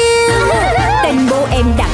Ừ.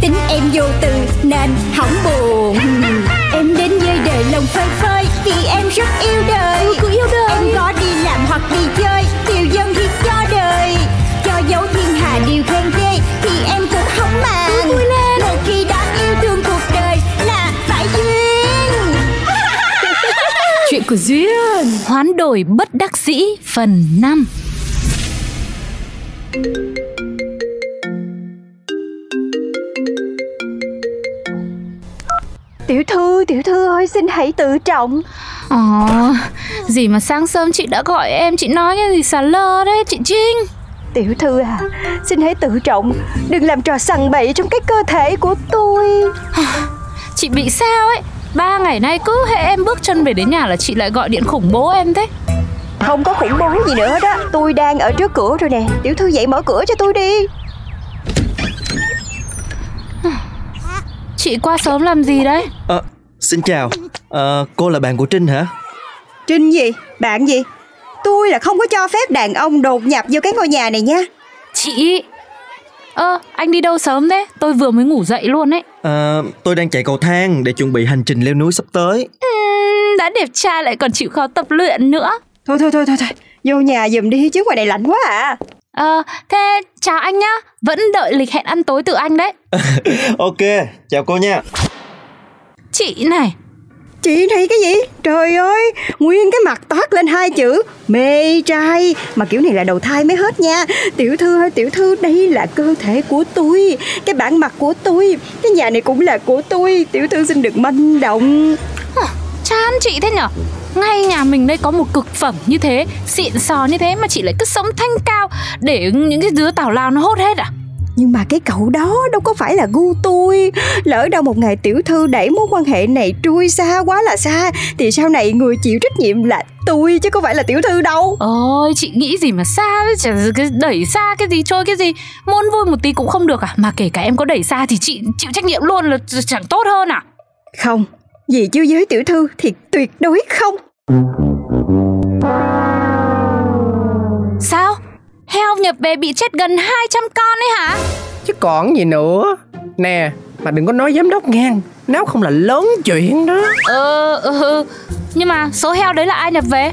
Tính em vô tư nên hỏng buồn Em đến với đời lòng phơi phơi Vì em rất yêu đời cứ yêu đời. Em có đi làm hoặc đi chơi Điều dân thì cho đời Cho dấu thiên hà điều khen ghê Thì em cũng không màng Vui lên Một khi đã yêu thương cuộc đời Là phải duyên Chuyện của Duyên Hoán đổi bất đắc dĩ phần 5 Tiểu thư, tiểu thư ơi xin hãy tự trọng Ồ, Ờ, gì mà sáng sớm chị đã gọi em Chị nói cái gì xà lơ đấy chị Trinh Tiểu thư à, xin hãy tự trọng Đừng làm trò sằng bậy trong cái cơ thể của tôi Chị bị sao ấy Ba ngày nay cứ hệ em bước chân về đến nhà là chị lại gọi điện khủng bố em thế Không có khủng bố gì nữa đó Tôi đang ở trước cửa rồi nè Tiểu thư dậy mở cửa cho tôi đi Chị qua sớm làm gì đấy Ờ, xin chào Ờ, cô là bạn của trinh hả Trinh gì, bạn gì Tôi là không có cho phép đàn ông đột nhập vô cái ngôi nhà này nha Chị Ơ anh đi đâu sớm thế Tôi vừa mới ngủ dậy luôn ấy Ờ, tôi đang chạy cầu thang để chuẩn bị hành trình leo núi sắp tới Ừm, Đã đẹp trai lại còn chịu khó tập luyện nữa Thôi thôi thôi thôi, thôi. Vô nhà giùm đi chứ ngoài này lạnh quá à Ờ thế chào anh nhá Vẫn đợi lịch hẹn ăn tối từ anh đấy ok chào cô nha Chị này Chị này cái gì? Trời ơi, nguyên cái mặt toát lên hai chữ mê trai Mà kiểu này là đầu thai mới hết nha Tiểu thư ơi, tiểu thư, đây là cơ thể của tôi Cái bản mặt của tôi, cái nhà này cũng là của tôi Tiểu thư xin đừng manh động Hả, Chán chị thế nhở Ngay nhà mình đây có một cực phẩm như thế Xịn sò như thế mà chị lại cứ sống thanh cao Để những cái đứa tào lao nó hốt hết à Nhưng mà cái cậu đó đâu có phải là gu tôi Lỡ đâu một ngày tiểu thư đẩy mối quan hệ này trôi xa quá là xa Thì sau này người chịu trách nhiệm là tôi chứ không phải là tiểu thư đâu Ôi chị nghĩ gì mà xa với chả- cái Đẩy xa cái gì trôi cái gì Muốn vui một tí cũng không được à Mà kể cả em có đẩy xa thì chị chịu trách nhiệm luôn là chẳng tốt hơn à Không, vì chưa giới tiểu thư thì tuyệt đối không Sao Heo nhập về bị chết gần 200 con ấy hả Chứ còn gì nữa Nè mà đừng có nói giám đốc ngang Nếu không là lớn chuyện đó Ờ ừ Nhưng mà số heo đấy là ai nhập về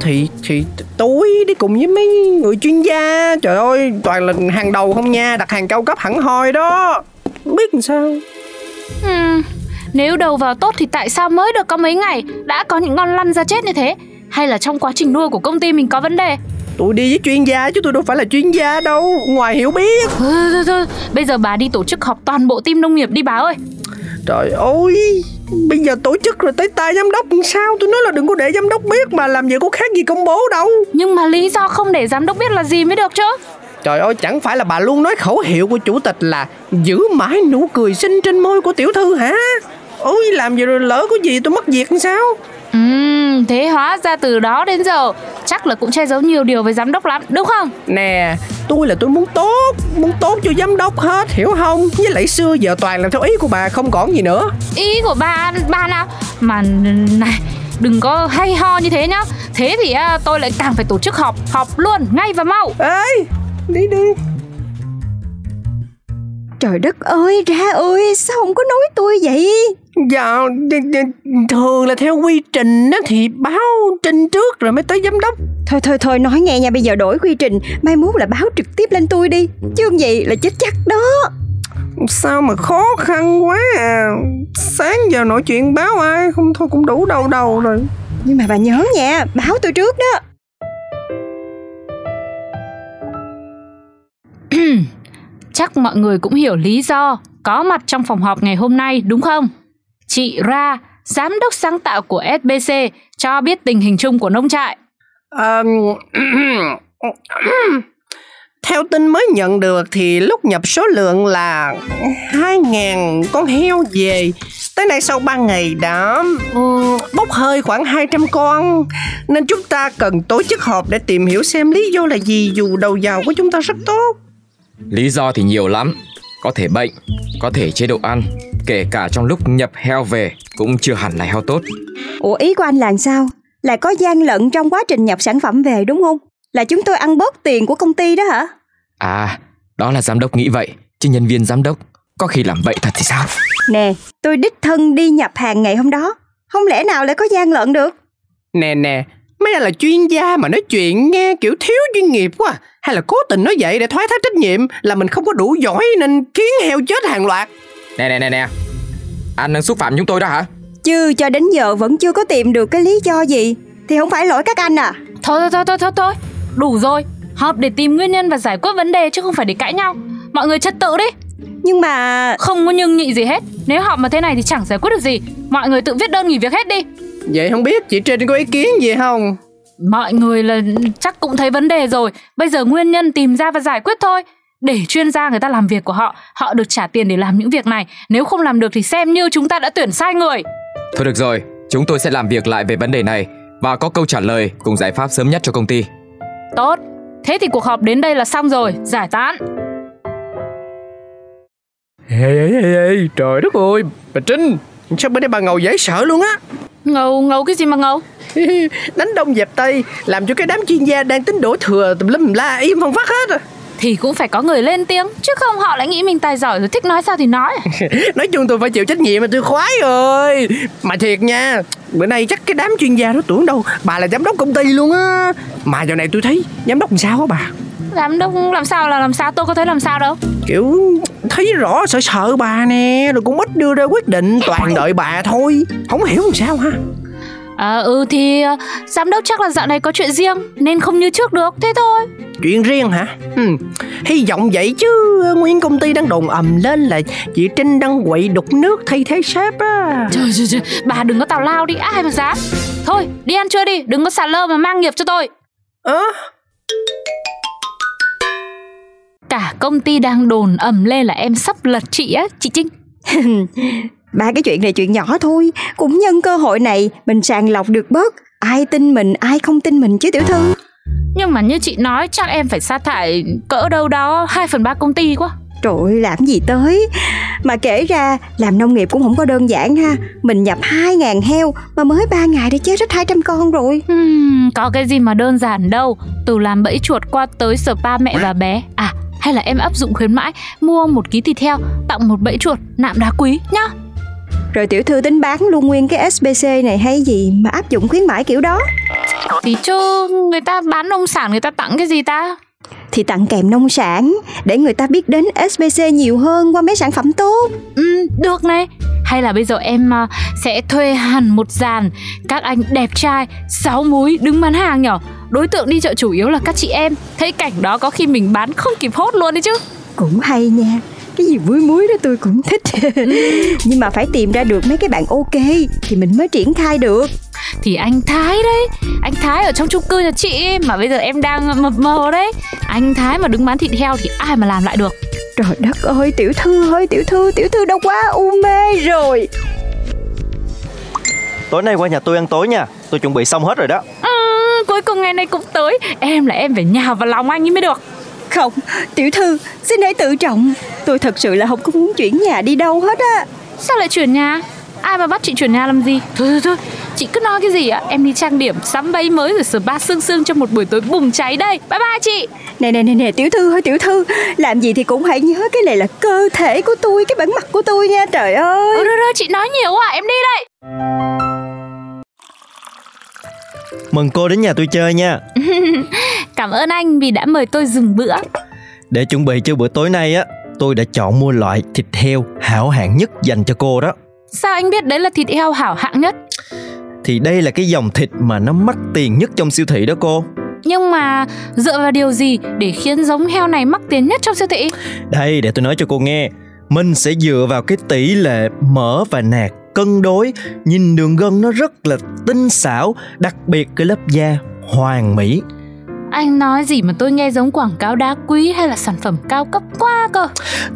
Thì thì tối đi cùng với mấy người chuyên gia Trời ơi toàn là hàng đầu không nha Đặt hàng cao cấp hẳn hoi đó Không Biết làm sao Ừm, Nếu đầu vào tốt thì tại sao mới được có mấy ngày đã có những con lăn ra chết như thế? Hay là trong quá trình nuôi của công ty mình có vấn đề? Tôi đi với chuyên gia chứ tôi đâu phải là chuyên gia đâu Ngoài hiểu biết Thôi, thôi, thôi. Bây giờ bà đi tổ chức họp toàn bộ team nông nghiệp đi bà ơi. Trời ơi Bây giờ tổ chức rồi tới tay giám đốc làm sao Tôi nói là đừng có để giám đốc biết Mà làm vậy có khác gì công bố đâu Nhưng mà lý do không để giám đốc biết là gì mới được chứ? Trời ơi chẳng phải là bà luôn nói khẩu hiệu của chủ tịch là Giữ mãi nụ cười xinh trên môi của tiểu thư hả Ôi làm gì rồi lỡ có gì tôi mất việc làm sao Ừm, thế hóa ra từ đó đến giờ chắc là cũng che giấu nhiều điều với giám đốc lắm, đúng không? Nè tôi là tôi muốn tốt Muốn tốt cho giám đốc hết hiểu không Với lại xưa giờ toàn làm theo ý của bà không còn gì nữa Ý của bà bà nào mà này đừng có hay ho như thế nhá. Thế thì à, tôi lại càng phải tổ chức họp họp luôn ngay và mau. Ê đi đi Trời đất ơi, ra ơi, sao không có nói tôi vậy? Dạ, đ- đ- thường là theo quy trình á thì báo trình trước rồi mới tới giám đốc Thôi thôi thôi, nói nghe nha, bây giờ đổi quy trình, mai mốt là báo trực tiếp lên tôi đi, chứ không vậy là chết chắc đó. Sao mà khó khăn quá à Sáng giờ nói chuyện báo ai không thôi cũng đủ đầu đầu rồi Nhưng mà bà nhớ nha, báo tôi trước đó. Chắc mọi người cũng hiểu lý do có mặt trong phòng họp ngày hôm nay đúng không? Chị Ra, giám đốc sáng tạo của SBC cho biết tình hình chung của nông trại. Ờm, Theo tin mới nhận được thì lúc nhập số lượng là 2.000 con heo về Tới nay sau 3 ngày đã ừm, bốc hơi khoảng 200 con Nên chúng ta cần tổ chức họp để tìm hiểu xem lý do là gì dù đầu vào của chúng ta rất tốt Lý do thì nhiều lắm, có thể bệnh, có thể chế độ ăn, kể cả trong lúc nhập heo về cũng chưa hẳn là heo tốt. Ủa ý của anh là sao? Là có gian lận trong quá trình nhập sản phẩm về đúng không? Là chúng tôi ăn bớt tiền của công ty đó hả? À, đó là giám đốc nghĩ vậy, chứ nhân viên giám đốc có khi làm vậy thật thì sao? Nè, tôi đích thân đi nhập hàng ngày hôm đó. Không lẽ nào lại có gian lận được? Nè nè, mấy anh là chuyên gia mà nói chuyện nghe kiểu thiếu chuyên nghiệp quá à. Hay là cố tình nói vậy để thoái thác trách nhiệm là mình không có đủ giỏi nên khiến heo chết hàng loạt Nè nè nè nè, anh đang xúc phạm chúng tôi đó hả? Chứ cho đến giờ vẫn chưa có tìm được cái lý do gì thì không phải lỗi các anh à? Thôi thôi thôi thôi thôi thôi Đủ rồi Họp để tìm nguyên nhân và giải quyết vấn đề chứ không phải để cãi nhau Mọi người trật tự đi Nhưng mà Không có nhưng nhị gì hết Nếu họp mà thế này thì chẳng giải quyết được gì Mọi người tự viết đơn nghỉ việc hết đi Vậy không biết chị Trinh có ý kiến gì không? Mọi người là chắc cũng thấy vấn đề rồi Bây giờ nguyên nhân tìm ra và giải quyết thôi Để chuyên gia người ta làm việc của họ Họ được trả tiền để làm những việc này Nếu không làm được thì xem như chúng ta đã tuyển sai người Thôi được rồi, chúng tôi sẽ làm việc lại về vấn đề này và có câu trả lời cùng giải pháp sớm nhất cho công ty. Tốt Thế thì cuộc họp đến đây là xong rồi Giải tán Ê, ê, ê, ê, trời đất ơi, bà Trinh Sao bữa nay bà ngầu dễ sợ luôn á Ngầu ngầu cái gì mà ngầu Đánh đông dẹp tây Làm cho cái đám chuyên gia đang tính đổ thừa tùm lum la im không phát hết à. Thì cũng phải có người lên tiếng Chứ không họ lại nghĩ mình tài giỏi rồi thích nói sao thì nói Nói chung tôi phải chịu trách nhiệm mà tôi khoái rồi Mà thiệt nha Bữa nay chắc cái đám chuyên gia đó tưởng đâu Bà là giám đốc công ty luôn á Mà giờ này tôi thấy giám đốc làm sao á bà Làm đâu làm sao là làm sao tôi có thấy làm sao đâu Kiểu thấy rõ sợ sợ bà nè Rồi cũng ít đưa ra quyết định Toàn đợi bà thôi Không hiểu làm sao ha À, ừ thì ờ, giám đốc chắc là dạo này có chuyện riêng Nên không như trước được thế thôi Chuyện riêng hả? Ừ, hy vọng vậy chứ Nguyên công ty đang đồn ầm lên là Chị Trinh đang quậy đục nước thay thế sếp á Trời trời trời Bà đừng có tào lao đi ai mà dám Thôi đi ăn trưa đi Đừng có xả lơ mà mang nghiệp cho tôi Ơ, Cả công ty đang đồn ầm lên là em sắp lật chị á Chị Trinh ba cái chuyện này chuyện nhỏ thôi, cũng nhân cơ hội này mình sàng lọc được bớt ai tin mình ai không tin mình chứ tiểu thư. Nhưng mà như chị nói chắc em phải sa thải cỡ đâu đó 2 phần 3 công ty quá Trời ơi, làm gì tới Mà kể ra làm nông nghiệp cũng không có đơn giản ha Mình nhập 2.000 heo Mà mới 3 ngày đã chết hết 200 con rồi Hmm, có cái gì mà đơn giản đâu Từ làm bẫy chuột qua tới spa mẹ và bé À hay là em áp dụng khuyến mãi Mua một ký thịt heo Tặng một bẫy chuột nạm đá quý nhá Rồi tiểu thư tính bán luôn nguyên cái SBC này hay gì Mà áp dụng khuyến mãi kiểu đó Thì chứ người ta bán nông sản người ta tặng cái gì ta Thì tặng kèm nông sản Để người ta biết đến SBC nhiều hơn qua mấy sản phẩm tốt Ừ, được này Hay là bây giờ em à, sẽ thuê hẳn một dàn Các anh đẹp trai, sáu múi đứng bán hàng nhở Đối tượng đi chợ chủ yếu là các chị em Thấy cảnh đó có khi mình bán không kịp hốt luôn đấy chứ Cũng hay nha cái gì muối muối đó tôi cũng thích Nhưng mà phải tìm ra được mấy cái bạn ok Thì mình mới triển khai được Thì anh Thái đấy Anh Thái ở trong chung cư nhà chị ấy, Mà bây giờ em đang à, mập mờ đấy Anh Thái mà đứng bán thịt heo thì ai mà làm lại được Trời đất ơi tiểu thư ơi tiểu thư Tiểu thư đâu quá u mê rồi Tối nay qua nhà tôi ăn tối nha Tôi chuẩn bị xong hết rồi đó ừ, Cuối cùng ngày này cũng tới Em là em phải nhà vào lòng anh ấy mới được Không, tiểu thư, xin hãy tự trọng Tôi thật sự là không có muốn chuyển nhà đi đâu hết á Sao lại chuyển nhà Ai mà bắt chị chuyển nhà làm gì Thôi thôi thôi Chị cứ nói cái gì ạ Em đi trang điểm sắm váy mới rồi spa sương sương cho một buổi tối bùng cháy đây Bye bye chị Nè nè nè nè, tiểu thư ơi tiểu thư Làm gì thì cũng hãy nhớ cái này là cơ thể của tôi Cái bản mặt của tôi nha, trời ơi Ôi rồi rồi chị nói nhiều quá em đi đây Mừng cô đến nhà tôi chơi nha Cảm ơn anh vì đã mời tôi dừng bữa Để chuẩn bị cho bữa tối nay á Tôi đã chọn mua loại thịt heo hảo hạng nhất dành cho cô đó Sao anh biết đấy là thịt heo hảo hạng nhất Thì đây là cái dòng thịt mà nó mắc tiền nhất trong siêu thị đó cô Nhưng mà dựa vào điều gì để khiến giống heo này mắc tiền nhất trong siêu thị Đây để tôi nói cho cô nghe Mình sẽ dựa vào cái tỷ lệ mỡ và nạc cân đối Nhìn đường gân nó rất là tinh xảo Đặc biệt cái lớp da hoàng mỹ Anh nói gì mà tôi nghe giống quảng cáo đá quý hay là sản phẩm cao cấp quá cơ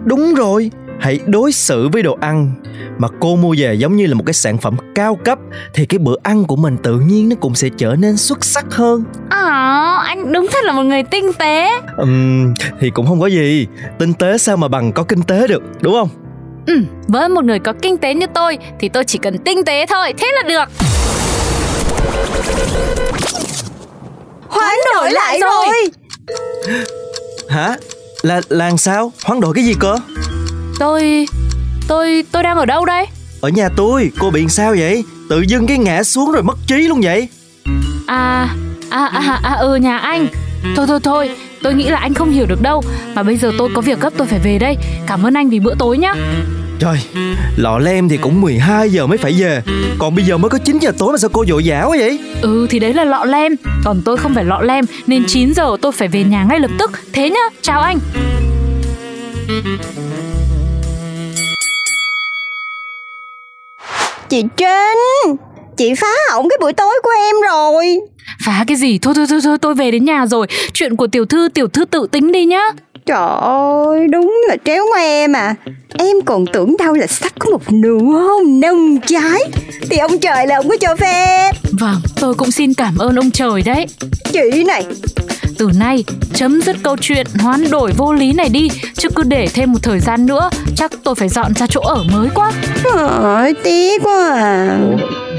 Đúng rồi, hãy đối xử với đồ ăn mà cô mua về giống như là một cái sản phẩm cao cấp thì cái bữa ăn của mình tự nhiên nó cũng sẽ trở nên xuất sắc hơn. À, anh đúng thật là một người tinh tế Ừm, thì cũng không có gì, tinh tế sao mà bằng có kinh tế được, đúng không? Ừ, với một người có kinh tế như tôi thì tôi chỉ cần tinh tế thôi, thế là được Hoán đổi lại rồi. rồi Hả? Là là làm sao? Hoán đổi cái gì cơ? Tôi... tôi... tôi đang ở đâu đây? Ở nhà tôi, cô bị sao vậy? Tự dưng cái ngã xuống rồi mất trí luôn vậy? À, à, à, à, ừ nhà anh Thôi thôi thôi, tôi nghĩ là anh không hiểu được đâu Mà bây giờ tôi có việc gấp tôi phải về đây Cảm ơn anh vì bữa tối nhá Trời, lọ lem thì cũng 12 giờ mới phải về Còn bây giờ mới có 9 giờ tối mà sao cô vội vã quá vậy? Ừ thì đấy là lọ lem Còn tôi không phải lọ lem Nên 9 giờ tôi phải về nhà ngay lập tức Thế nhá, chào anh Chị Trinh Chị phá hỏng cái buổi tối của em rồi Phá cái gì, thôi thôi thôi, thôi tôi về đến nhà rồi Chuyện của tiểu thư, tiểu thư tự tính đi nhá Trời ơi, đúng là tréo ngoe em à Em còn tưởng đâu là sắc có một nụ hôn nông trái Thì ông trời là ông có cho phép Vâng, tôi cũng xin cảm ơn ông trời đấy Chị này, Từ nay, chấm dứt câu chuyện hoán đổi vô lý này đi Chứ cứ để thêm một thời gian nữa Chắc tôi phải dọn ra chỗ ở mới quá trời ơi, tiếc quá à Ủa,